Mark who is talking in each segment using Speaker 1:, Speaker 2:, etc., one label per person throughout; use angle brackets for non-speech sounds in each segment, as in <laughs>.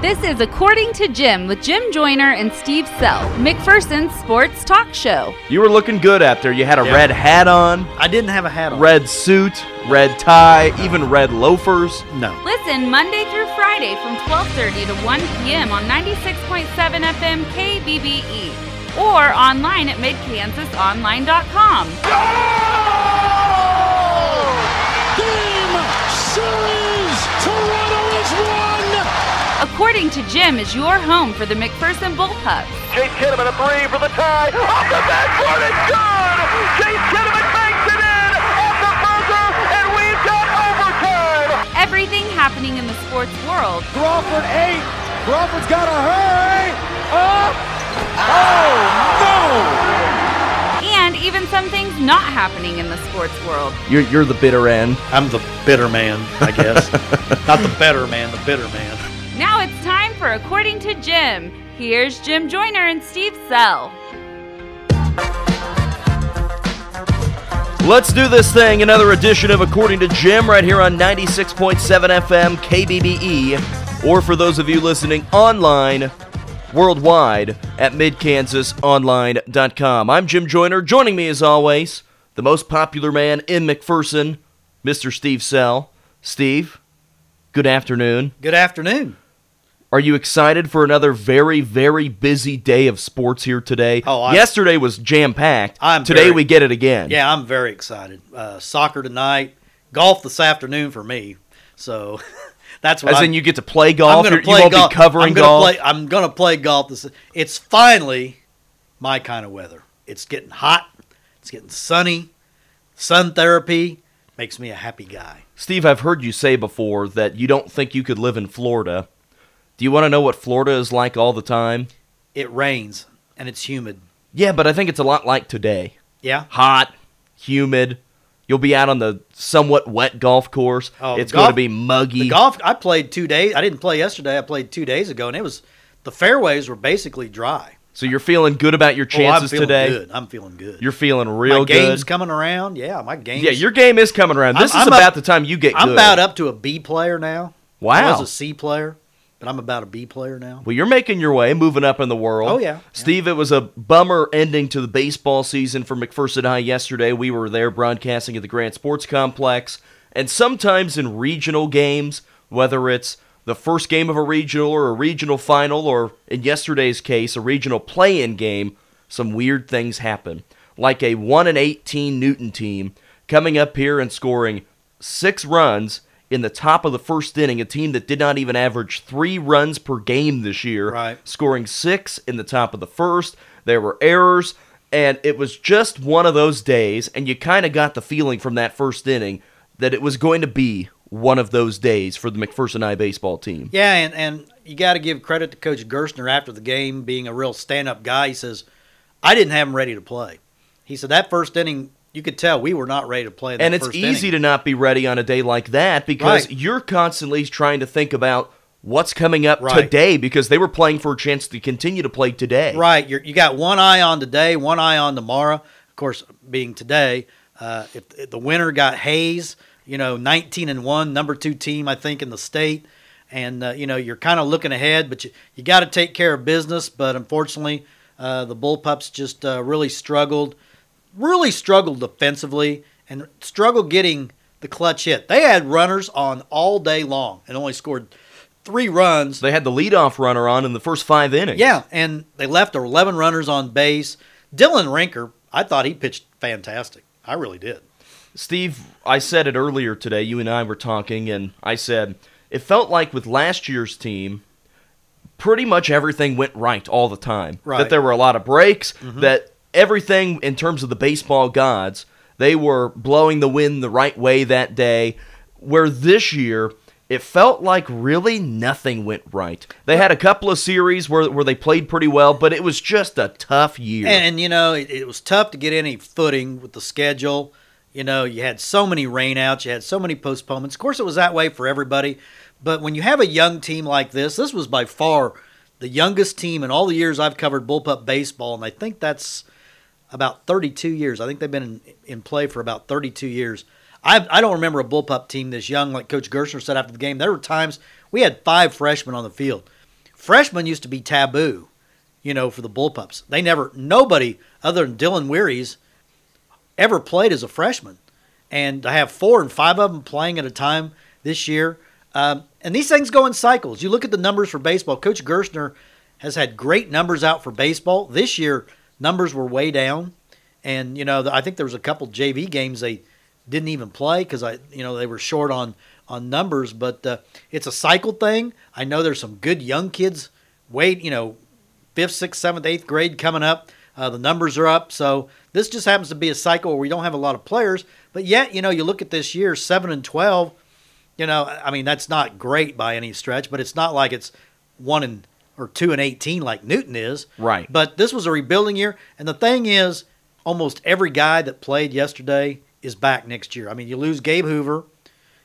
Speaker 1: This is According to Jim with Jim Joyner and Steve Sell, McPherson's sports talk show.
Speaker 2: You were looking good out there. You had a
Speaker 3: Yeah.
Speaker 2: red hat on,
Speaker 3: I didn't have a hat on.
Speaker 2: red suit, red tie, even red loafers.
Speaker 3: No.
Speaker 1: Listen Monday through Friday from 12:30 to 1 p.m. on 96.7 FM KBBE E or online at midkansasonline.com.
Speaker 4: Game series. Toronto is one.
Speaker 1: According to Jim is your home for the McPherson Bullpups.
Speaker 5: Chase Kinnaman a three for the tie. Off the backboard, it's good! Chase Kinnaman banks it in! Off the buzzer, and we've got overtime!
Speaker 1: Everything happening in the sports world
Speaker 4: Crawford eight. Crawford's got a hurry. Up. Oh
Speaker 1: and even some things not happening in the sports world.
Speaker 2: You're, you're the bitter end.
Speaker 3: I'm the bitter man,
Speaker 2: <laughs>
Speaker 3: I guess. Not the better man, the bitter man.
Speaker 1: Now it's time for According to Jim. Here's Jim Joyner and Steve Sell.
Speaker 2: Let's do this thing. Another edition of According to Jim right here on 96.7 FM KBBE, E. or for those of you listening online worldwide at midkansasonline.com. I'm Jim Joyner. Joining me as always, the most popular man in McPherson, Mr. Steve Sell. Steve, good afternoon.
Speaker 3: Good afternoon.
Speaker 2: Are you excited for another very, very busy day of sports here today?
Speaker 3: Oh, I-
Speaker 2: yesterday was jam packed.
Speaker 3: I'm
Speaker 2: Today
Speaker 3: very-
Speaker 2: we get it again.
Speaker 3: Yeah, I'm very excited. Uh, soccer tonight, golf this afternoon for me. So <laughs> that's what
Speaker 2: As
Speaker 3: I'm,
Speaker 2: in, you get to play
Speaker 3: I'm
Speaker 2: golf.
Speaker 3: going
Speaker 2: You're,
Speaker 3: to
Speaker 2: you
Speaker 3: play
Speaker 2: won't
Speaker 3: golf.
Speaker 2: be covering
Speaker 3: I'm gonna
Speaker 2: golf.
Speaker 3: Play, I'm going to play golf. This it's finally my kind of weather. It's getting hot. It's getting sunny. Sun therapy makes me a happy guy.
Speaker 2: Steve, I've heard you say before that you don't think you could live in Florida. Do you want to know what Florida is like all the time?
Speaker 3: It rains and it's humid.
Speaker 2: Yeah, but I think it's a lot like today.
Speaker 3: Yeah.
Speaker 2: Hot, humid. You'll be out on the somewhat wet golf course.
Speaker 3: Oh,
Speaker 2: it's
Speaker 3: golf-
Speaker 2: going to be muggy.
Speaker 3: The golf I played two days. I didn't play yesterday. I played two days ago, and it was the fairways were basically dry.
Speaker 2: so you're feeling good about your
Speaker 3: Oh, I'm
Speaker 2: chances
Speaker 3: feeling
Speaker 2: today.
Speaker 3: Good. I'm feeling good.
Speaker 2: You're feeling real
Speaker 3: my game's
Speaker 2: good.
Speaker 3: coming around. Yeah, my game's
Speaker 2: yeah, your game is coming around. This
Speaker 3: I'm-
Speaker 2: is
Speaker 3: I'm
Speaker 2: about
Speaker 3: up-
Speaker 2: the time you get
Speaker 3: I'm
Speaker 2: good.
Speaker 3: about up to a B player now. I
Speaker 2: Wow.
Speaker 3: was a C player, but I'm about a B player now.
Speaker 2: Well, you're making your way, moving up in the world.
Speaker 3: Oh, yeah.
Speaker 2: Steve, it was a bummer ending to the baseball season for McPherson High yesterday. We were there broadcasting at the Grand Sports Complex, and sometimes in regional games, whether it's the first game of a regional or a regional final, or in yesterday's case, a regional play in game, some weird things happen. Like a 1 and 18 Newton team coming up here and scoring six runs in the top of the first inning, a team that did not even average three runs per game this year,
Speaker 3: Right.
Speaker 2: scoring six in the top of the first. There were errors, and it was just one of those days, and you kind of got the feeling from that first inning that it was going to be one of those days for the McPherson High baseball team.
Speaker 3: Yeah, and, and you got to give credit to Coach Gerstner after the game, being a real stand up guy. He says, I didn't have him ready to play. He said, that first inning, you could tell we were not ready to play. in
Speaker 2: and
Speaker 3: that
Speaker 2: it's
Speaker 3: first
Speaker 2: easy to
Speaker 3: inning.
Speaker 2: not be ready on a day like that because
Speaker 3: Right.
Speaker 2: you're constantly trying to think about what's coming up
Speaker 3: Right.
Speaker 2: today because they were playing for a chance to continue to play today.
Speaker 3: Right. You're, you got one eye on today, one eye on tomorrow. Of course, being today, uh, if, if the winner got Hayes, you know, 19 and one, number two team, I think, in the state. And, uh, you know, you're kind of looking ahead, but you, you got to take care of business. But unfortunately, uh, the Bullpups just uh, really struggled, really struggled defensively and struggled getting the clutch hit. They had runners on all day long and only scored three runs
Speaker 2: They had the leadoff runner on in the first five innings.
Speaker 3: yeah, and they left 11 runners on base. Dylan Rinker, I thought he pitched fantastic. I really did.
Speaker 2: Steve, I said it earlier today. You and I were talking, and I said it felt like with last year's team, pretty much everything went right all the time. That
Speaker 3: Right. Mm-hmm.
Speaker 2: there were a lot of breaks, that everything in terms of the baseball gods, they were blowing the wind the right way that day. Where this year, it felt like really nothing went right. They had a couple of series where, where they played pretty well, but it was just a tough year.
Speaker 3: And, and, you know, it, it was tough to get any footing with the schedule. You know, you had so many rainouts, you had so many postponements. Of course, it was that way for everybody. But when you have a young team like this, this was by far the youngest team in all the years I've covered bullpup baseball, and I think that's about 32 years. I think they've been in, in play for about 32 years. I, I don't remember a bullpup team this young, like Coach Gershner said after the game. There were times we had five freshmen on the field. freshmen used to be taboo, you know, for the bullpups. They never, nobody other than Dylan Wearies ever played as a freshman. And to have four and five of them playing at a time this year. Um, and these things go in cycles. You look at the numbers for baseball. Coach Gerstner has had great numbers out for baseball. This year, numbers were way down. And, you know, the- I think there was a couple JV games they didn't even play because I, you know, they were short on on numbers. But uh, it's a cycle thing. I know there's some good young kids. Wait, you know, fifth, sixth, seventh, eighth grade coming up. Uh, the numbers are up, so this just happens to be a cycle where we don't have a lot of players. But yet, you know, you look at this year, seven and twelve. You know, I mean, that's not great by any stretch, but it's not like it's one and or two and eighteen like Newton is.
Speaker 2: Right.
Speaker 3: But this was a rebuilding year, and the thing is, almost every guy that played yesterday is back next year. I mean, you lose Gabe Hoover,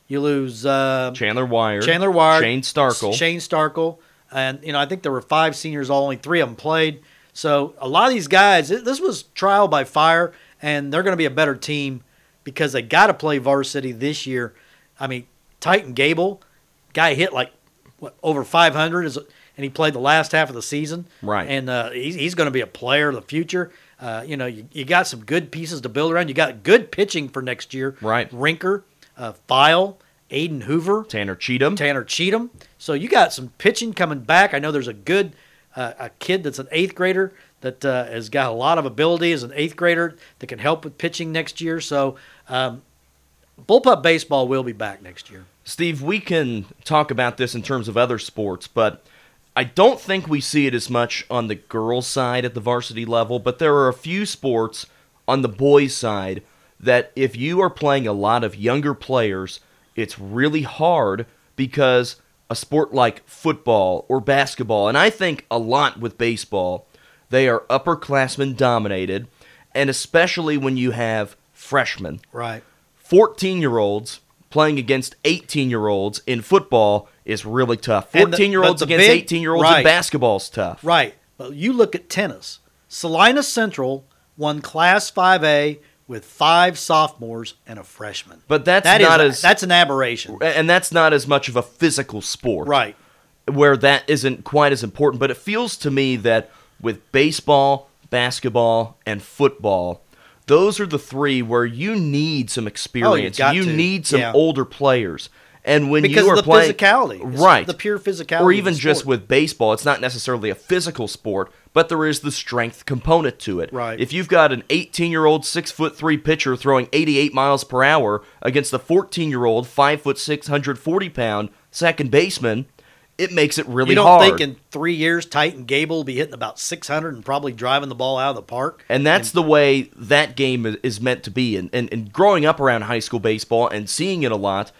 Speaker 3: you lose uh,
Speaker 2: Chandler Wire,
Speaker 3: Chandler Wire,
Speaker 2: Shane Starkle.
Speaker 3: Shane Starkle, and you know I think there were five seniors. All only three of them played. So a lot of these guys, th- this was trial by fire, and they're going to be a better team because they got to play varsity this year. I mean, Titan Gable, guy hit like what, over 500, is, and he played the last half of the season.
Speaker 2: Right.
Speaker 3: and uh, he's, he's going to be a player of the future. Uh, you know, you, you got some good pieces to build around. You got good pitching for next year.
Speaker 2: Right.
Speaker 3: Rinker, uh, File, Aiden Hoover.
Speaker 2: Tanner Cheatham.
Speaker 3: Tanner Cheatham. So you got some pitching coming back. I know there's a good uh, a kid that's an eighth grader that uh, has got a lot of ability as an eighth grader that can help with pitching next year. So um, bullpup baseball will be back next year.
Speaker 2: Steve, we can talk about this in terms of other sports, but I don't think we see it as much on the girls' side at the varsity level, but there are a few sports on the boys' side that if you are playing a lot of younger players, it's really hard because a sport like football or basketball, and I think a lot with baseball, they are upperclassmen dominated, and especially when you have freshmen.
Speaker 3: Right.
Speaker 2: 14 year olds playing against 18 year olds in football is really tough.
Speaker 3: And the-
Speaker 2: 14 year olds
Speaker 3: but the
Speaker 2: against
Speaker 3: big-
Speaker 2: 18 year olds in
Speaker 3: right.
Speaker 2: basketball's tough.
Speaker 3: Right. But you look at tennis. Salina Central won Class 5A with five sophomores and a freshman.
Speaker 2: But that's
Speaker 3: That is
Speaker 2: not
Speaker 3: a-
Speaker 2: as
Speaker 3: that's an aberration.
Speaker 2: and that's not as much of a physical sport.
Speaker 3: Right.
Speaker 2: Where that isn't quite as important, but it feels to me that with baseball, basketball, and football, those are the three where you need some experience.
Speaker 3: Oh, got
Speaker 2: you
Speaker 3: to.
Speaker 2: need some
Speaker 3: Yeah.
Speaker 2: older players. And when
Speaker 3: Because
Speaker 2: you are
Speaker 3: of the
Speaker 2: playing
Speaker 3: physicality. It's
Speaker 2: right,
Speaker 3: the pure physicality
Speaker 2: or
Speaker 3: of
Speaker 2: even
Speaker 3: the
Speaker 2: just
Speaker 3: sport.
Speaker 2: with baseball, it's not necessarily a physical sport, but there is the strength component to it.
Speaker 3: Right.
Speaker 2: If you've got an 18-year-old six foot three pitcher throwing 88 miles per hour against a 14-year-old five foot six hundred forty pound second baseman, it makes it really
Speaker 3: you don't
Speaker 2: hard.
Speaker 3: think in three years Titan Gable will be hitting about 600 and probably driving the ball out of the park?
Speaker 2: And that's the way that game i- is meant to be. And, and, and growing up around high school baseball and seeing it a lot,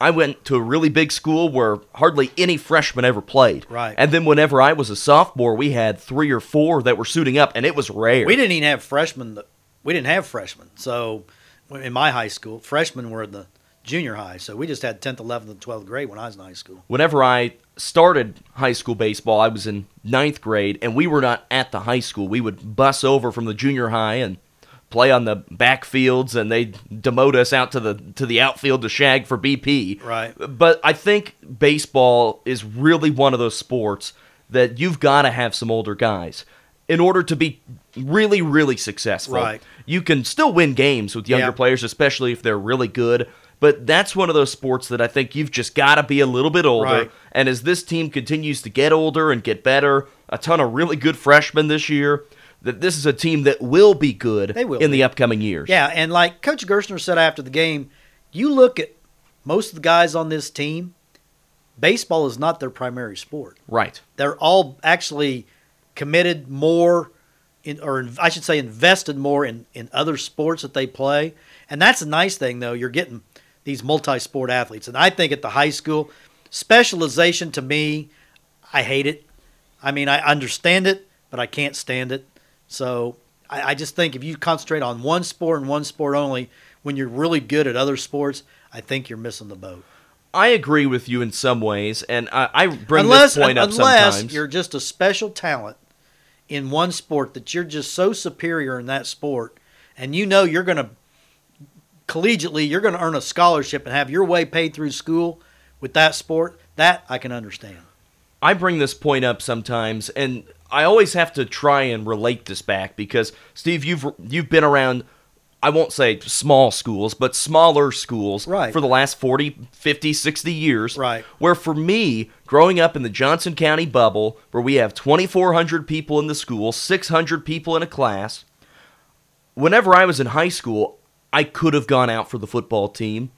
Speaker 2: I went to a really big school where hardly any freshmen ever played.
Speaker 3: Right.
Speaker 2: And then whenever I was a sophomore, we had three or four that were suiting up, and it was rare.
Speaker 3: We didn't even have freshmen. that- We didn't have freshmen. So in my high school, freshmen were in the junior high. So we just had 10th, 11th, and 12th grade when I was in high school.
Speaker 2: Whenever I started high school baseball, I was in ninth grade, and we were not at the high school. We would bus over from the junior high and play on the backfields, and they demote us out to the to the outfield to shag for BP.
Speaker 3: Right.
Speaker 2: But I think baseball is really one of those sports that you've got to have some older guys in order to be really, really successful.
Speaker 3: Right.
Speaker 2: You can still win games with younger
Speaker 3: Yeah.
Speaker 2: players, especially if they're really good. But that's one of those sports that I think you've just got to be a little bit older.
Speaker 3: Right.
Speaker 2: And as this team continues to get older and get better, a ton of really good freshmen this year, that this is a team that will be good
Speaker 3: They will
Speaker 2: in
Speaker 3: be.
Speaker 2: the upcoming years.
Speaker 3: Yeah, and like Coach Gerstner said after the game, you look at most of the guys on this team, baseball is not their primary sport.
Speaker 2: Right.
Speaker 3: they're all actually committed more in, or in, I should say invested more in, in other sports that they play. And that's a nice thing though. You're getting these multi-sport athletes. And I think at the high school specialization to me, I hate it. I mean, I understand it, but I can't stand it. So I, I just think if you concentrate on one sport and one sport only, when you're really good at other sports, I think you're missing the boat.
Speaker 2: I agree with you in some ways, and I, I bring
Speaker 3: unless,
Speaker 2: this point up
Speaker 3: unless
Speaker 2: sometimes.
Speaker 3: you're just a special talent in one sport that you're just so superior in that sport, and you know you're going to collegiately you're going to earn a scholarship and have your way paid through school with that sport. That I can understand.
Speaker 2: I bring this point up sometimes, and I always have to try and relate this back because Steve, you've you've been around. I won't say small schools, but smaller schools
Speaker 3: Right.
Speaker 2: for the last 40, 50, 60 years.
Speaker 3: Right.
Speaker 2: Where for me, growing up in the Johnson County bubble, where we have 2,400 people in the school, 600 people in a class, whenever I was in high school, I could have gone out for the football team.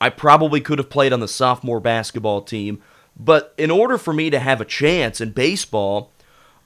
Speaker 2: I probably could have played on the sophomore basketball team. But in order for me to have a chance in baseball,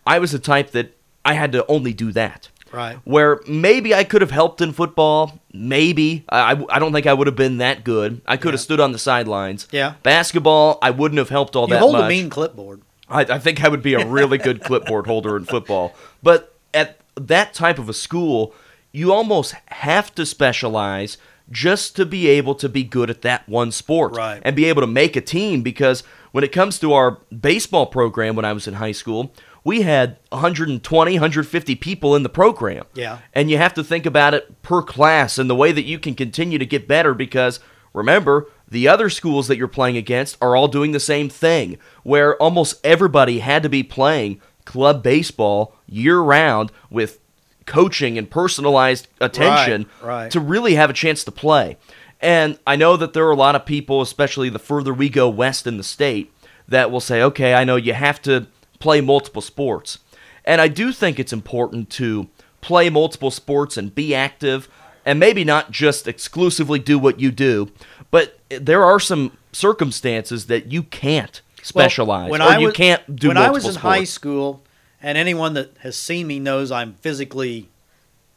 Speaker 2: I was the type that I had to only do that.
Speaker 3: Right.
Speaker 2: Where maybe I could have helped in football. Maybe. I, I- I don't think I would have been that good. I could have stood on the sidelines.
Speaker 3: Yeah.
Speaker 2: Basketball, I wouldn't have helped all
Speaker 3: You
Speaker 2: that
Speaker 3: hold
Speaker 2: much.
Speaker 3: a mean clipboard.
Speaker 2: I, I think I would be a really good clipboard holder in football. But at that type of a school, you almost have to specialize just to be able to be good at that one sport
Speaker 3: Right.
Speaker 2: and be able to make a team. Because when it comes to our baseball program, when I was in high school, we had 120, 150 people in the program.
Speaker 3: Yeah.
Speaker 2: And you have to think about it per class and the way that you can continue to get better because remember, the other schools that you're playing against are all doing the same thing, where almost everybody had to be playing club baseball year round with coaching and personalized attention
Speaker 3: right.
Speaker 2: to really have a chance to play. And I know that there are a lot of people, especially the further we go west in the state, that will say, okay, I know you have to play multiple sports. And I do think it's important to play multiple sports and be active and maybe not just exclusively do what you do, but there are some circumstances that you can't
Speaker 3: Well,
Speaker 2: specialize or you
Speaker 3: was-
Speaker 2: can't do
Speaker 3: when
Speaker 2: multiple
Speaker 3: I was in
Speaker 2: sports.
Speaker 3: high school, and anyone that has seen me knows I'm physically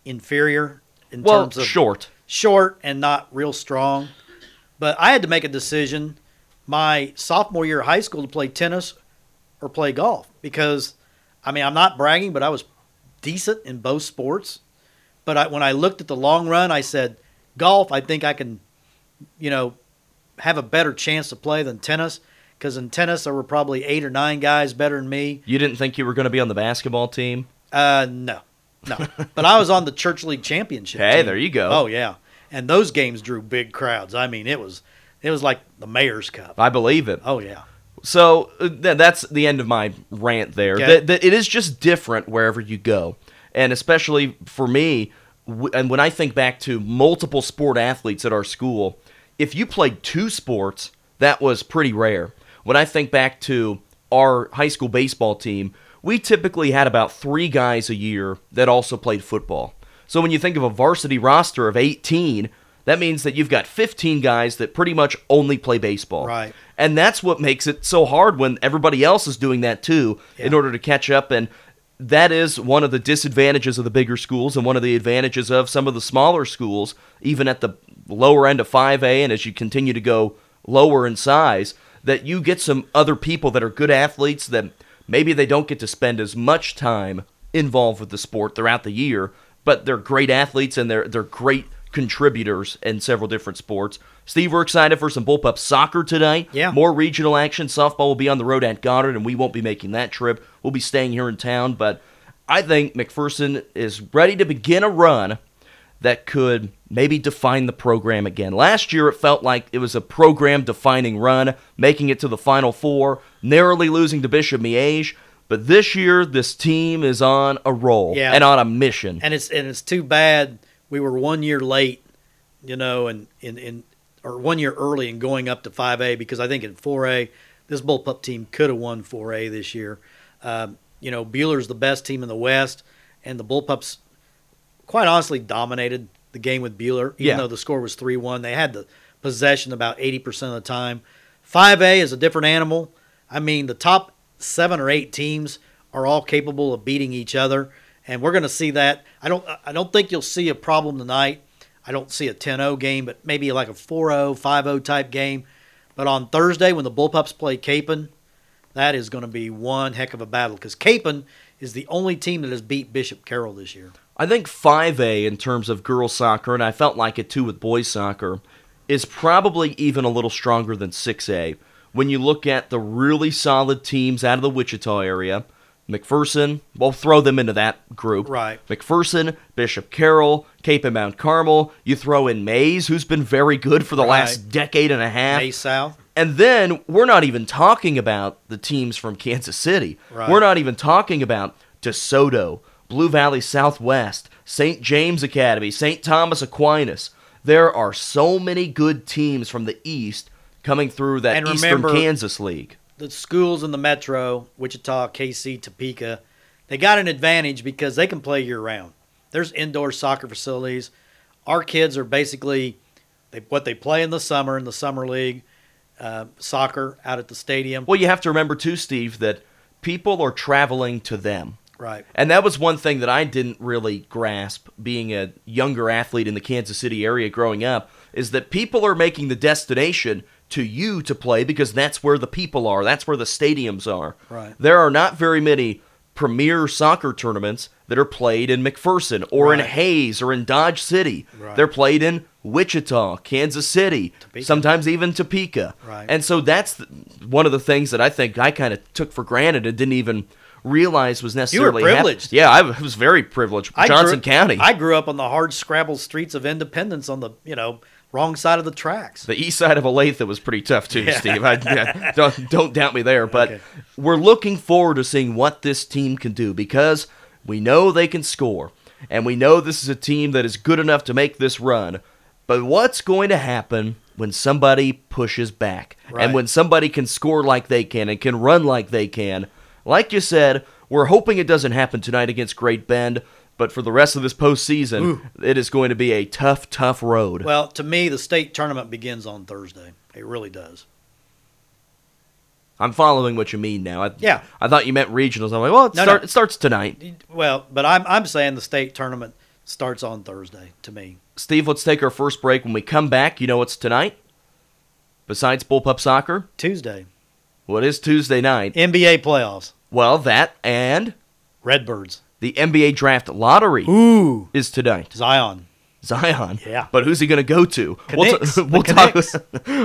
Speaker 3: inferior in
Speaker 2: well,
Speaker 3: terms of
Speaker 2: short.
Speaker 3: short and not real strong. But I had to make a decision my sophomore year of high school to play tennis or play golf because I mean, I'm not bragging, but I was decent in both sports. But I, when I looked at the long run, I said, golf, I think I can, you know, have a better chance to play than tennis because in tennis, there were probably eight or nine guys better than me.
Speaker 2: You didn't think you were going to be on the basketball team?
Speaker 3: Uh, no, no. but I was on the church league championship.
Speaker 2: Hey,
Speaker 3: team.
Speaker 2: there you go.
Speaker 3: Oh yeah, and those games drew big crowds. I mean, it was it was like the mayor's cup.
Speaker 2: I believe it.
Speaker 3: Oh yeah,
Speaker 2: So uh, th- that's the end of my rant there.
Speaker 3: Okay.
Speaker 2: That, that it is just different wherever you go. And especially for me, w- and when I think back to multiple sport athletes at our school, if you played two sports, that was pretty rare. When I think back to our high school baseball team, we typically had about three guys a year that also played football. So when you think of a varsity roster of 18, that means that you've got 15 guys that pretty much only play baseball.
Speaker 3: Right.
Speaker 2: And that's what makes it so hard when everybody else is doing that too in
Speaker 3: Yeah.
Speaker 2: order to catch up. And that is one of the disadvantages of the bigger schools and one of the advantages of some of the smaller schools, even at the lower end of 5A and as you continue to go lower in size, that you get some other people that are good athletes that maybe they don't get to spend as much time involved with the sport throughout the year, but they're great athletes and they're they're great contributors in several different sports. Steve, we're excited for some bullpup soccer tonight.
Speaker 3: Yeah.
Speaker 2: More regional action. Softball will be on the road at Goddard, and we won't be making that trip. We'll be staying here in town, but I think McPherson is ready to begin a run that could maybe define the program again. Last year, it felt like it was a program defining run, making it to the Final Four, narrowly losing to Bishop Miege. But this year, this team is on a roll
Speaker 3: Yeah.
Speaker 2: and on a mission.
Speaker 3: and it's and it's too bad we were one year late, you know, and in in or one year early in going up to five A because I think in four A this bullpup team could have won four A this year. Um, you know, Bueller's the best team in the West, and the bullpups quite honestly dominated the game with Bueller, even
Speaker 2: Yeah.
Speaker 3: though the score was 3 1. They had the possession about 80% of the time. 5A is a different animal. I mean, the top seven or eight teams are all capable of beating each other, and we're going to see that. I don't, I don't think you'll see a problem tonight. I don't see a 10 0 game, but maybe like a 4 0, 5 0 type game. But on Thursday, when the Bullpups play Capon, that is going to be one heck of a battle because Capon is the only team that has beat Bishop Carroll this year.
Speaker 2: I think 5A in terms of girls soccer, and I felt like it too with boys soccer, is probably even a little stronger than 6A. When you look at the really solid teams out of the Wichita area, McPherson, we'll throw them into that group.
Speaker 3: Right.
Speaker 2: McPherson, Bishop Carroll, Cape and Mount Carmel. You throw in Mays, who's been very good for the
Speaker 3: Right.
Speaker 2: last decade and a half.
Speaker 3: May South.
Speaker 2: And then we're not even talking about the teams from Kansas City.
Speaker 3: Right.
Speaker 2: We're not even talking about DeSoto, Blue Valley Southwest, St. James Academy, St. Thomas Aquinas. There are so many good teams from the East coming through that
Speaker 3: And
Speaker 2: Eastern
Speaker 3: remember-
Speaker 2: Kansas League.
Speaker 3: the schools in the metro, Wichita, KC, Topeka, they got an advantage because they can play year round. There's indoor soccer facilities. Our kids are basically they, what they play in the summer in the summer league, uh, soccer out at the stadium.
Speaker 2: Well, you have to remember, too, Steve, that people are traveling to them.
Speaker 3: Right.
Speaker 2: And that was one thing that I didn't really grasp being a younger athlete in the Kansas City area growing up is that people are making the destination to you to play because that's where the people are, that's where the stadiums are.
Speaker 3: Right.
Speaker 2: There are not very many premier soccer tournaments that are played in McPherson or in
Speaker 3: Right.
Speaker 2: Hayes or in Dodge City.
Speaker 3: Right.
Speaker 2: They're played in Wichita, Kansas City,
Speaker 3: Topeka.
Speaker 2: sometimes even Topeka.
Speaker 3: Right.
Speaker 2: And so that's th- one of the things that I think I kind of took for granted and didn't even realize was necessary
Speaker 3: You were
Speaker 2: necessarily hap-
Speaker 3: privileged.
Speaker 2: Yeah, I w- was very privileged.
Speaker 3: I
Speaker 2: Johnson
Speaker 3: grew,
Speaker 2: County,
Speaker 3: I grew up on the hard scrabble streets of Independence on the you know wrong side of the tracks.
Speaker 2: the east side of Olathe was pretty tough too, Steve. I, yeah, don't don't doubt me there. But
Speaker 3: Okay.
Speaker 2: we're looking forward to seeing what this team can do because we know they can score, and we know this is a team that is good enough to make this run. But what's going to happen when somebody pushes back
Speaker 3: Right.
Speaker 2: and when somebody can score like they can and can run like they can? Like you said, we're hoping it doesn't happen tonight against Great Bend. But for the rest of this postseason, it is going to be a tough, tough road.
Speaker 3: Well, to me, the state tournament begins on Thursday. It really does.
Speaker 2: I'm following what you mean now. I,
Speaker 3: Yeah.
Speaker 2: I thought you meant regionals. I'm like, well, it,
Speaker 3: No,
Speaker 2: start,
Speaker 3: no.
Speaker 2: it starts tonight.
Speaker 3: Well, but I'm I'm saying the state tournament starts on Thursday to me.
Speaker 2: Steve, let's take our first break. When we come back, you know what's tonight? Besides bullpup soccer,
Speaker 3: Tuesday.
Speaker 2: what is Tuesday night?
Speaker 3: NBA playoffs.
Speaker 2: Well, that and
Speaker 3: Redbirds.
Speaker 2: the NBA draft lottery
Speaker 3: Ooh.
Speaker 2: is tonight.
Speaker 3: Zion.
Speaker 2: Zion.
Speaker 3: Yeah.
Speaker 2: But who's he going to go to?
Speaker 3: Knicks.
Speaker 2: <laughs>
Speaker 3: The
Speaker 2: we'll, talk,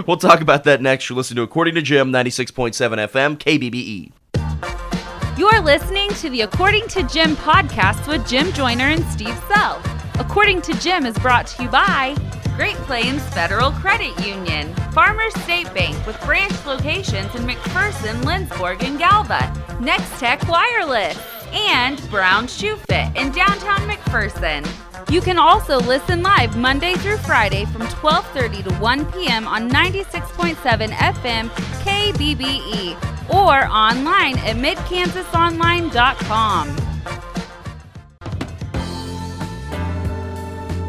Speaker 2: <laughs> we'll talk about that next. You're listening to According to Jim, 96.7 FM, KBBE.
Speaker 1: You're listening to the According to Jim podcast with Jim Joyner and Steve Self. According to Jim is brought to you by Great Plains Federal Credit Union, Farmers State Bank with branch locations in McPherson, Lindsborg, and Galva, Next Tech Wireless, and Brown Shoe Fit in downtown McPherson. You can also listen live Monday through Friday from 12:30 to 1 p.m. on 96.7 FM KBBE E or online at midkansasonline.com.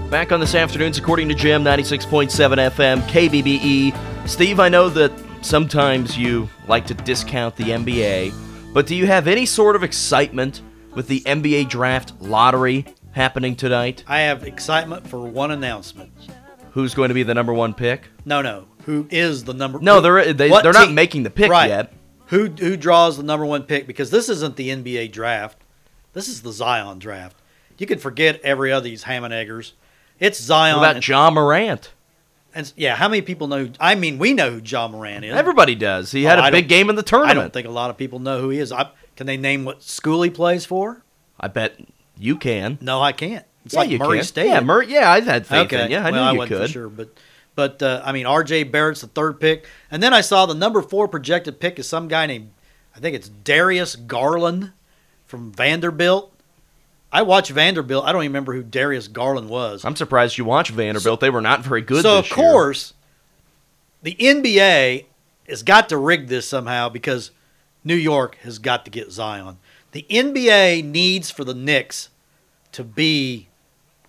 Speaker 2: Back on this afternoon's According to Jim, 96.7 FM, KBBE. E. Steve, I know that sometimes you like to discount the NBA, but do you have any sort of excitement with the NBA draft lottery happening tonight?
Speaker 3: I have excitement for one announcement.
Speaker 2: Who's going to be the number one pick?
Speaker 3: No, no. Who is the number?
Speaker 2: No,
Speaker 3: who-
Speaker 2: they're- they-
Speaker 3: what
Speaker 2: they're not
Speaker 3: team-
Speaker 2: making the pick
Speaker 3: right.
Speaker 2: yet.
Speaker 3: Who who draws the number one pick? Because this isn't the NBA draft. This is the Zion draft. You can forget every other of these ham and eggers. It's Zion.
Speaker 2: What about
Speaker 3: and,
Speaker 2: John Morant?
Speaker 3: and- yeah, how many people know? I mean, we know who John Moran is.
Speaker 2: Everybody does. He had
Speaker 3: Oh, I
Speaker 2: a big
Speaker 3: don't-
Speaker 2: game in the
Speaker 3: I
Speaker 2: tournament.
Speaker 3: don't think a lot of people know who he is. I, can they name what school he plays for?
Speaker 2: I bet you can.
Speaker 3: No, I can't. It's
Speaker 2: yeah,
Speaker 3: like
Speaker 2: you
Speaker 3: Murray
Speaker 2: can.
Speaker 3: State.
Speaker 2: Yeah, Murray. Yeah, I had faith
Speaker 3: Okay.
Speaker 2: in you. I
Speaker 3: well, I
Speaker 2: knew you
Speaker 3: wasn't
Speaker 2: could.
Speaker 3: For sure, but but uh, I mean, R.J. Barrett's the third pick, and then I saw the number four projected pick is some guy named I think it's Darius Garland from Vanderbilt. I watched Vanderbilt. I don't even remember who Darius Garland was.
Speaker 2: I'm surprised you watched Vanderbilt. they were not very good.
Speaker 3: so
Speaker 2: this
Speaker 3: of
Speaker 2: year.
Speaker 3: course, the NBA has got to rig this somehow because New York has got to get Zion. The NBA needs for the Knicks to be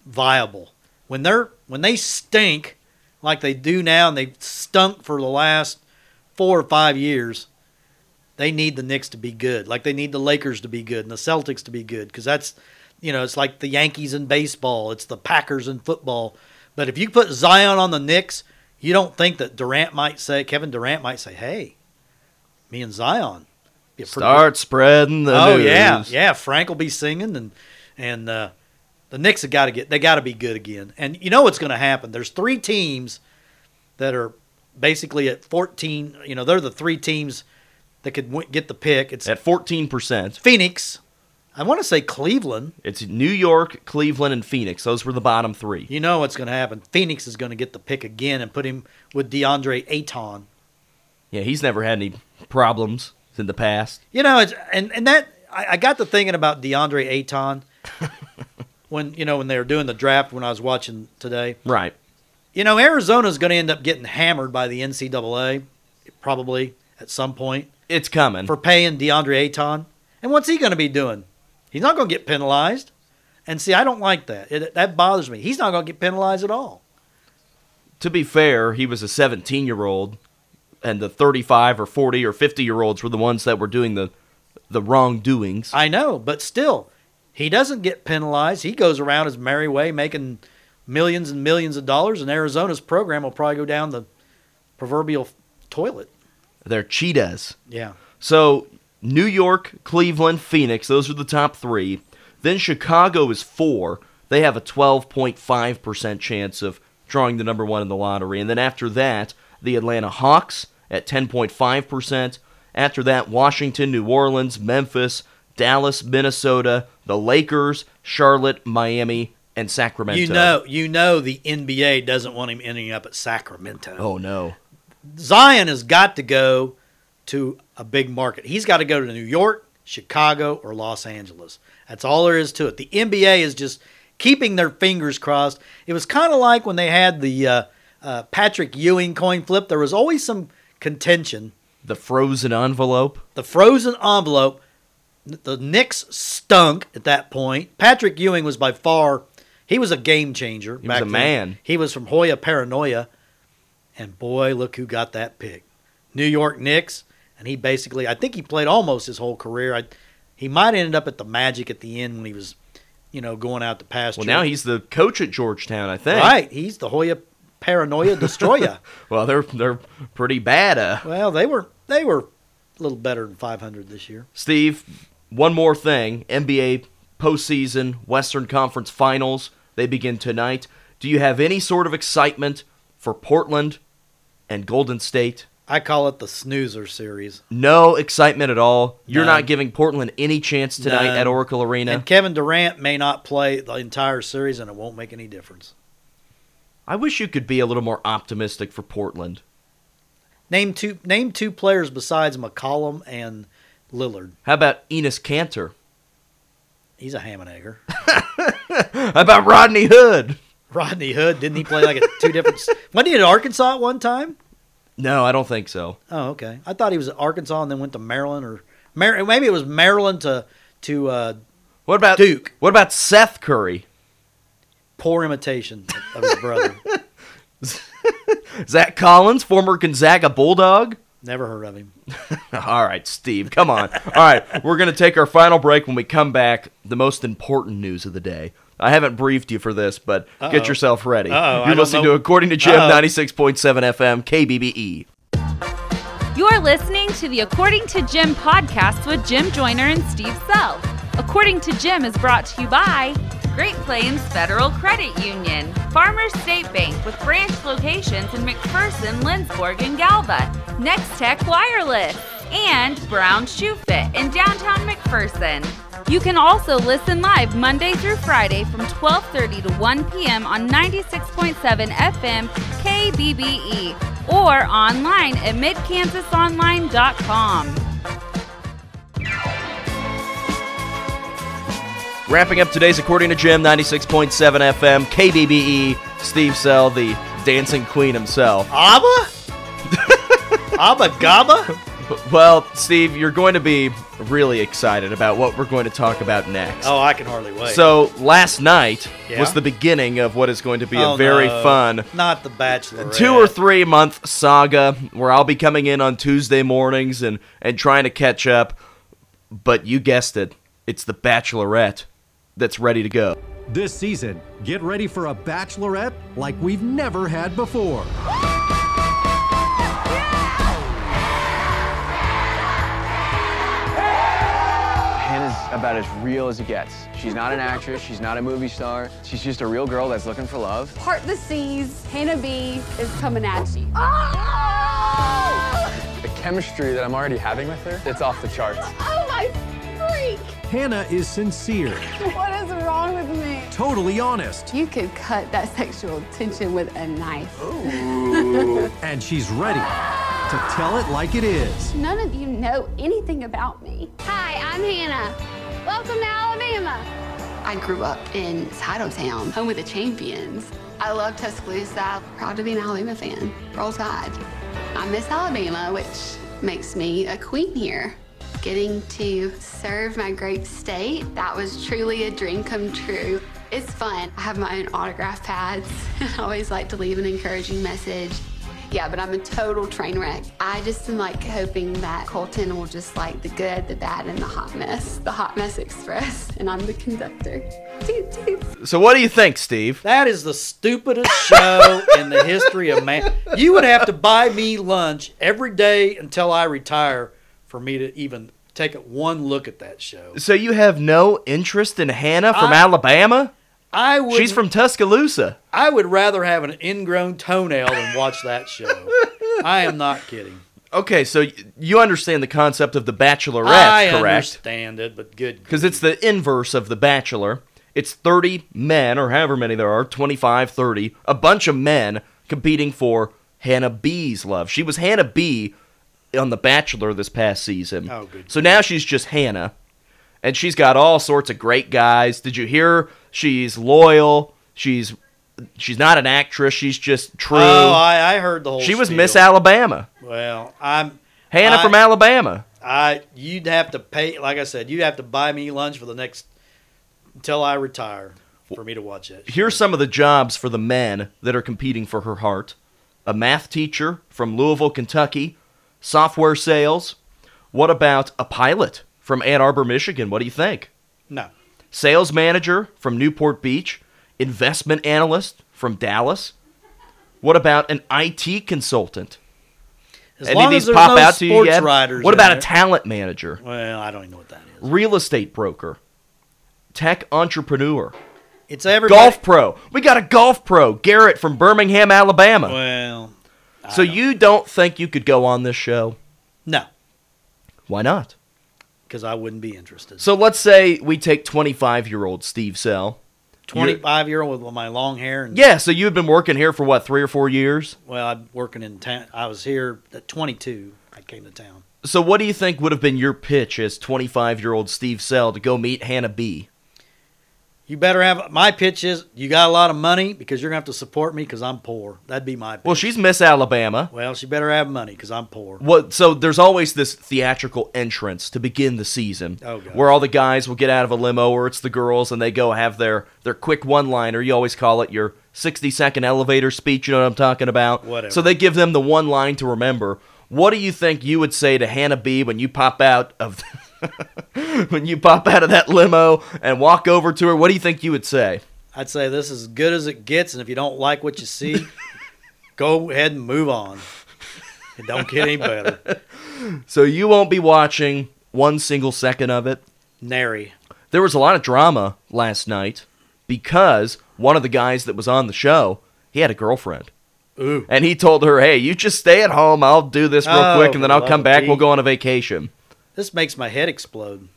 Speaker 3: viable. When they're when they stink like they do now and they've stunk for the last four or five years, they need the Knicks to be good. Like they need the Lakers to be good and the Celtics to be good because that's, you know, it's like the Yankees in baseball, it's the Packers in football. But if you put Zion on the Knicks, you don't think that Durant might say, Kevin Durant might say, hey, me and Zion. be a pretty good
Speaker 2: Start spreading the
Speaker 3: oh
Speaker 2: news.
Speaker 3: yeah, yeah. Frank will be singing, and and uh, the Knicks have got to get they got to be good again. And you know what's going to happen? There's three teams that are basically at 14. You know, they're the three teams that could w- get the pick. It's
Speaker 2: At fourteen percent,
Speaker 3: Phoenix. I want to say Cleveland.
Speaker 2: it's New York, Cleveland, and Phoenix. Those were the bottom three.
Speaker 3: You know what's going to happen? Phoenix is going to get the pick again and put him with DeAndre Ayton.
Speaker 2: Yeah, he's never had any problems in the past.
Speaker 3: You know, it's and and that I, I got to thinking about DeAndre
Speaker 2: <laughs>
Speaker 3: Ayton when you know when they were doing the draft when I was watching today.
Speaker 2: Right.
Speaker 3: You know, Arizona's going to end up getting hammered by the NCAA probably at some point
Speaker 2: It's coming.
Speaker 3: for paying DeAndre Ayton. And what's he going to be doing? He's not going to get penalized. And see, I don't like that. It, that bothers me. He's not going to get penalized at all.
Speaker 2: to be fair, he was a 17 year old, and the 35 or 40 or 50 year olds were the ones that were doing the the wrongdoings.
Speaker 3: I know, but still, he doesn't get penalized. He goes around his merry way making millions and millions of dollars, and Arizona's program will probably go down the proverbial toilet.
Speaker 2: They're cheetahs.
Speaker 3: Yeah.
Speaker 2: So New York, Cleveland, Phoenix, those are the top three. Then Chicago is four. They have a 12.5% chance of drawing the number one in the lottery. And then after that, the Atlanta Hawks at 10.5%. After that, Washington, New Orleans, Memphis, Dallas, Minnesota, the Lakers, Charlotte, Miami, and Sacramento.
Speaker 3: You know, you know the NBA doesn't want him ending up at Sacramento.
Speaker 2: Oh, no.
Speaker 3: Zion has got to go to a big market. He's got to go to New York, Chicago, or Los Angeles. That's all there is to it. The NBA is just keeping their fingers crossed. It was kind of like when they had the uh, uh, Patrick Ewing coin flip. There was always some contention.
Speaker 2: The frozen envelope.
Speaker 3: The frozen envelope. The Knicks stunk at that point. Patrick Ewing was by far he was a game changer.
Speaker 2: He was a man.
Speaker 3: He was from Hoya Paranoia, and boy, look who got that pick, New York Knicks. And he basically, I think he played almost his whole career. I, he might have ended up at the Magic at the end when he was, you know, going out to pasture.
Speaker 2: Well, now he's the coach at Georgetown, I think.
Speaker 3: right. He's the Hoya Paranoia Destroyer.
Speaker 2: <laughs> Well, they're they're pretty bad. Uh,
Speaker 3: well, they were they were a little better than 500 this year.
Speaker 2: Steve, one more thing. NBA postseason, Western Conference Finals, they begin tonight. Do you have any sort of excitement for Portland and Golden State?
Speaker 3: I call it the snoozer series.
Speaker 2: No excitement at all. You're
Speaker 3: None.
Speaker 2: not giving Portland any chance tonight
Speaker 3: None.
Speaker 2: at Oracle Arena.
Speaker 3: And Kevin Durant may not play the entire series, and it won't make any difference.
Speaker 2: I wish you could be a little more optimistic for Portland.
Speaker 3: Name two name two players besides McCollum and Lillard.
Speaker 2: How about Enos Cantor?
Speaker 3: He's a ham and egger.
Speaker 2: <laughs>
Speaker 3: <laughs>
Speaker 2: How about Rodney Hood?
Speaker 3: Rodney Hood didn't he play like
Speaker 2: <laughs>
Speaker 3: at two different? Wasn't he at Arkansas at one time?
Speaker 2: No, I don't think so.
Speaker 3: Oh, okay. I thought he was at Arkansas and then went to Maryland or Mar- maybe it was Maryland to to uh,
Speaker 2: What about
Speaker 3: Duke.
Speaker 2: What about Seth Curry?
Speaker 3: poor imitation of his
Speaker 2: <laughs>
Speaker 3: brother.
Speaker 2: Zach Collins, former Gonzaga Bulldog?
Speaker 3: Never heard of him.
Speaker 2: <laughs> All right, Steve, come on. All right, we're going to take our final break. When we come back, the most important news of the day. I haven't briefed you for this, but get yourself ready.
Speaker 3: Uh-oh, I
Speaker 2: You're
Speaker 3: don't
Speaker 2: listening
Speaker 3: know-
Speaker 2: to According to Jim,
Speaker 3: Uh-oh.
Speaker 2: 96.7 FM, KBBE.
Speaker 1: You're listening to the According to Jim podcast with Jim Joyner and Steve Self. According to Jim is brought to you by Great Plains Federal Credit Union, Farmers State Bank with branch locations in McPherson, Lindsborg, and Galva, Next Tech Wireless, and Brown Shoe Fit in downtown McPherson. You can also listen live Monday through Friday from 12:30 to 1 p.m. on 96.7 FM KBBE E or online at midkansasonline.com.
Speaker 2: Wrapping up today's According to Jim, 96.7 FM, KBBE. E. Steve Sell, the dancing queen himself. <laughs>
Speaker 3: Abba, Abba Gaba.
Speaker 2: Well, Steve, you're going to be really excited about what we're going to talk about next.
Speaker 3: Oh, I can hardly wait.
Speaker 2: So last night
Speaker 3: Yeah?
Speaker 2: was the beginning of what is going to be
Speaker 3: Oh,
Speaker 2: a very
Speaker 3: no.
Speaker 2: fun
Speaker 3: Not the Bachelor.
Speaker 2: two or three month saga where I'll be coming in on Tuesday mornings and and trying to catch up. But you guessed it, it's the Bachelorette that's ready to go.
Speaker 6: This season, get ready for a bachelorette like we've never had before.
Speaker 7: Hannah's about as real as it gets. She's not an actress, she's not a movie star. She's just a real girl that's looking for love.
Speaker 8: Part the Seas, Hannah B is coming at you. Ah!
Speaker 7: The chemistry that I'm already having with her, it's off the charts.
Speaker 8: Oh my freak!
Speaker 6: Hannah is sincere,
Speaker 8: What is wrong with me?
Speaker 6: totally honest,
Speaker 8: You could cut that sexual tension with a knife.
Speaker 6: and she's ready to tell it like it is.
Speaker 8: None of you know anything about me. Hi, I'm Hannah. Welcome to Alabama. I grew up in Town, home of the champions. I love Tuscaloosa. Proud to be an Alabama fan. Roll Tide. I miss Alabama, which makes me a queen here. Getting to serve my great state, that was truly a dream come true. It's fun. I have my own autograph pads. <laughs> I always like to leave an encouraging message. Yeah, but I'm a total train wreck. I just am like hoping that Colton will just like the good, the bad, and the hot mess. The hot mess express, and I'm the conductor. Toot, toot.
Speaker 2: So what do you think, Steve?
Speaker 3: That is the stupidest show in the history of man. You would have to buy me lunch every day until I retire for me to even take one look at that show.
Speaker 2: So you have no interest in Hannah from
Speaker 3: I-
Speaker 2: Alabama?
Speaker 3: I would.
Speaker 2: She's from Tuscaloosa.
Speaker 3: I would rather have an ingrown toenail than watch
Speaker 2: <laughs>
Speaker 3: that show. I am not kidding.
Speaker 2: Okay, so y- you understand the concept of the bachelorette,
Speaker 3: I
Speaker 2: correct?
Speaker 3: understand it, but good.
Speaker 2: Because it's the inverse of the bachelor. It's 30 men, or however many there are, 25, 30, a bunch of men competing for Hannah B's love. She was Hannah B on The Bachelor this past season.
Speaker 3: Oh, good
Speaker 2: So now she's just Hannah. And she's got all sorts of great guys. Did you hear? She's loyal. She's she's not an actress. She's just true.
Speaker 3: Oh, I, I heard the whole.
Speaker 2: she was
Speaker 3: spiel.
Speaker 2: Miss Alabama.
Speaker 3: Well, I'm.
Speaker 2: Hannah
Speaker 3: I-
Speaker 2: from Alabama.
Speaker 3: I you'd have to pay. Like I said, you'd have to buy me lunch for the next until I retire for me to watch that. show.
Speaker 2: Here's some of the jobs for the men that are competing for her heart a math teacher from Louisville, Kentucky, software sales. What about a pilot from Ann Arbor, Michigan? What do you think?
Speaker 3: no.
Speaker 2: Sales manager from Newport Beach, investment analyst from Dallas. What about an IT consultant?
Speaker 3: As long as there's no sports
Speaker 2: yet?
Speaker 3: writers.
Speaker 2: What
Speaker 3: in
Speaker 2: about
Speaker 3: there.
Speaker 2: a talent manager,
Speaker 3: Well, I don't even know what that is.
Speaker 2: real estate broker, tech entrepreneur,
Speaker 3: It's everybody.
Speaker 2: golf pro? We got a golf pro, Garrett from Birmingham, Alabama.
Speaker 3: Well,
Speaker 2: So you don't think you could go on this show?
Speaker 3: no,
Speaker 2: Why not?
Speaker 3: because I wouldn't be interested.
Speaker 2: So let's say we take 25 year old Steve Sell.
Speaker 3: Twenty-five year old with my long hair and
Speaker 2: Yeah, so you've been working here for what, three or four years?
Speaker 3: Well, I'm working in town. I was here at 22. I came to town.
Speaker 2: So what do you think would have been your pitch as 25 year old Steve Sell to go meet Hannah B?
Speaker 3: You better have my pitch is you got a lot of money because you're gonna have to support me because I'm poor. That'd be my pitch.
Speaker 2: Well, she's Miss Alabama.
Speaker 3: well, she better have money because I'm poor.
Speaker 2: What, so there's always this theatrical entrance to begin the season
Speaker 3: Oh, God.
Speaker 2: where all the guys will get out of a limo or it's the girls and they go have their, their quick one liner. You always call it your 60 second elevator speech. You know what I'm talking about?
Speaker 3: Whatever.
Speaker 2: So they give them the one line to remember. What do you think you would say to Hannah B when you pop out of <laughs> when you pop out of that limo and walk over to her? What do you think you would say?
Speaker 3: I'd say this is as good as it gets, and if you don't like what
Speaker 2: <laughs>
Speaker 3: you see, go ahead and move on. It don't get any better.
Speaker 2: So you won't be watching one single second of it.
Speaker 3: Nary.
Speaker 2: There was a lot of drama last night because one of the guys that was on the show, he had a girlfriend.
Speaker 3: Ooh.
Speaker 2: And he told her, "Hey, you just stay at home. I'll do this real
Speaker 3: Oh,
Speaker 2: quick and then
Speaker 3: for
Speaker 2: I'll
Speaker 3: the
Speaker 2: come
Speaker 3: love of
Speaker 2: back. We'll
Speaker 3: Pete."
Speaker 2: go on a vacation."
Speaker 3: This makes my head explode.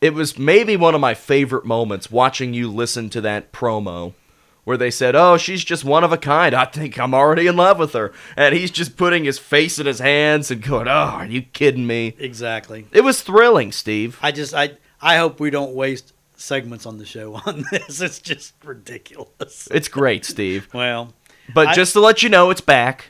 Speaker 2: It was maybe one of my favorite moments watching you listen to that promo where they said, "Oh, she's just one of a kind. I think I'm already in love with her." And he's just putting his face in his hands and going, "Oh, are you kidding me?"
Speaker 3: Exactly.
Speaker 2: It was thrilling, Steve.
Speaker 3: I just I I hope we don't waste segments on the show <laughs> on this. It's just ridiculous.
Speaker 2: It's great,
Speaker 3: <laughs>
Speaker 2: Steve.
Speaker 3: Well,
Speaker 2: But
Speaker 3: I-
Speaker 2: just to let you know, it's back.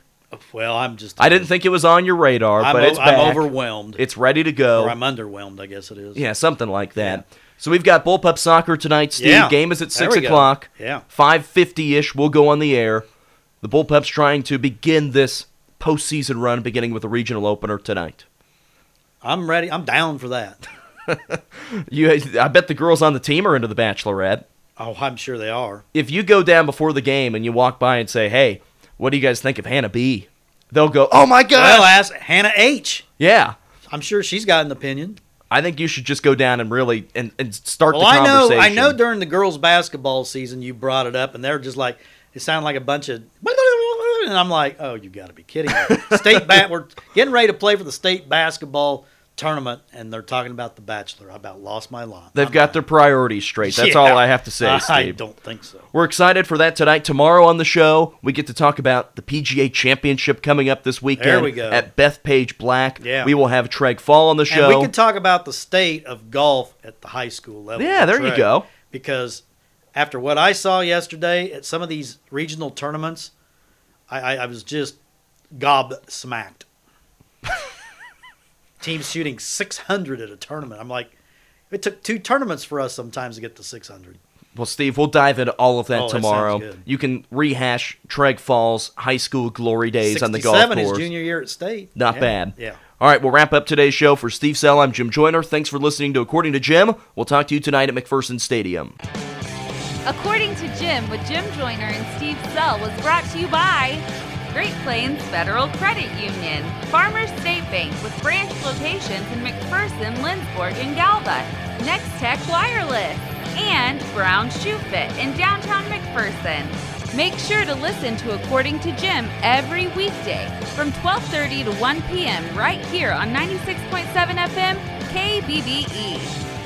Speaker 3: well, I'm just
Speaker 2: I didn't think it was on your radar,
Speaker 3: I'm,
Speaker 2: but
Speaker 3: o-
Speaker 2: it's
Speaker 3: I'm
Speaker 2: back.
Speaker 3: overwhelmed.
Speaker 2: It's ready to go.
Speaker 3: or I'm underwhelmed, I guess it is.
Speaker 2: yeah, something like that. So we've got bullpup soccer tonight, Steve.
Speaker 3: Yeah.
Speaker 2: Game is at
Speaker 3: There
Speaker 2: six
Speaker 3: we go.
Speaker 2: o'clock.
Speaker 3: Yeah.
Speaker 2: Five fifty ish. We'll go on the air. The bullpup's trying to begin this postseason run, beginning with a regional opener tonight.
Speaker 3: I'm ready. I'm down for that. <laughs>
Speaker 2: You, I bet the girls on the team are into the Bachelorette.
Speaker 3: Oh, I'm sure they are.
Speaker 2: If you go down before the game and you walk by and say, "Hey, what do you guys think of Hannah B?" They'll go, "Oh my God!"
Speaker 3: Well, ask Hannah H.
Speaker 2: yeah.
Speaker 3: I'm sure she's got an opinion.
Speaker 2: I think you should just go down and really and, and start
Speaker 3: Well,
Speaker 2: the
Speaker 3: I know.
Speaker 2: conversation.
Speaker 3: I know during the girls' basketball season, you brought it up, and they're just like it sounded like a bunch of.
Speaker 2: <laughs>
Speaker 3: And I'm like, oh, you got to be kidding me! State bat. We're getting ready to play for the state basketball tournament and they're talking about The Bachelor. I about lost my line.
Speaker 2: They've
Speaker 3: I'm
Speaker 2: got
Speaker 3: out.
Speaker 2: their priorities straight. That's
Speaker 3: Yeah.
Speaker 2: all I have to say,
Speaker 3: I,
Speaker 2: Steve.
Speaker 3: I don't think so.
Speaker 2: We're excited for that tonight. Tomorrow on the show, we get to talk about the PGA Championship coming up this weekend
Speaker 3: There we go.
Speaker 2: at Bethpage Black.
Speaker 3: Yeah.
Speaker 2: We will have Treg Fall on the show.
Speaker 3: And we can talk about the state of golf at the high school level.
Speaker 2: Yeah, there you
Speaker 3: Right.
Speaker 2: go.
Speaker 3: Because after what I saw yesterday at some of these regional tournaments, I, I, I was just
Speaker 2: <laughs>
Speaker 3: gobsmacked. Teams shooting 600 at a tournament. I'm like, it took two tournaments for us sometimes to get to 600.
Speaker 2: Well, Steve, we'll dive into all of that
Speaker 3: Oh, that sounds
Speaker 2: tomorrow.
Speaker 3: good.
Speaker 2: You can rehash Treg Falls high school glory days on the golf
Speaker 3: 67
Speaker 2: course.
Speaker 3: is junior year at state.
Speaker 2: Not
Speaker 3: Yeah.
Speaker 2: bad.
Speaker 3: Yeah.
Speaker 2: All right, we'll wrap up today's show. For Steve Sell, I'm Jim Joyner. Thanks for listening to According to Jim. We'll talk to you tonight at McPherson Stadium.
Speaker 1: According to Jim, with Jim Joyner and Steve Sell, was brought to you by Great Plains Federal Credit Union, Farmers State Bank with branch locations in McPherson, Lindsborg, and Galva, Next Tech Wireless, and Brown Shoe Fit in downtown McPherson. Make sure to listen to According to Jim every weekday from 12:30 to 1 p.m. right here on 96.7 FM KBBE.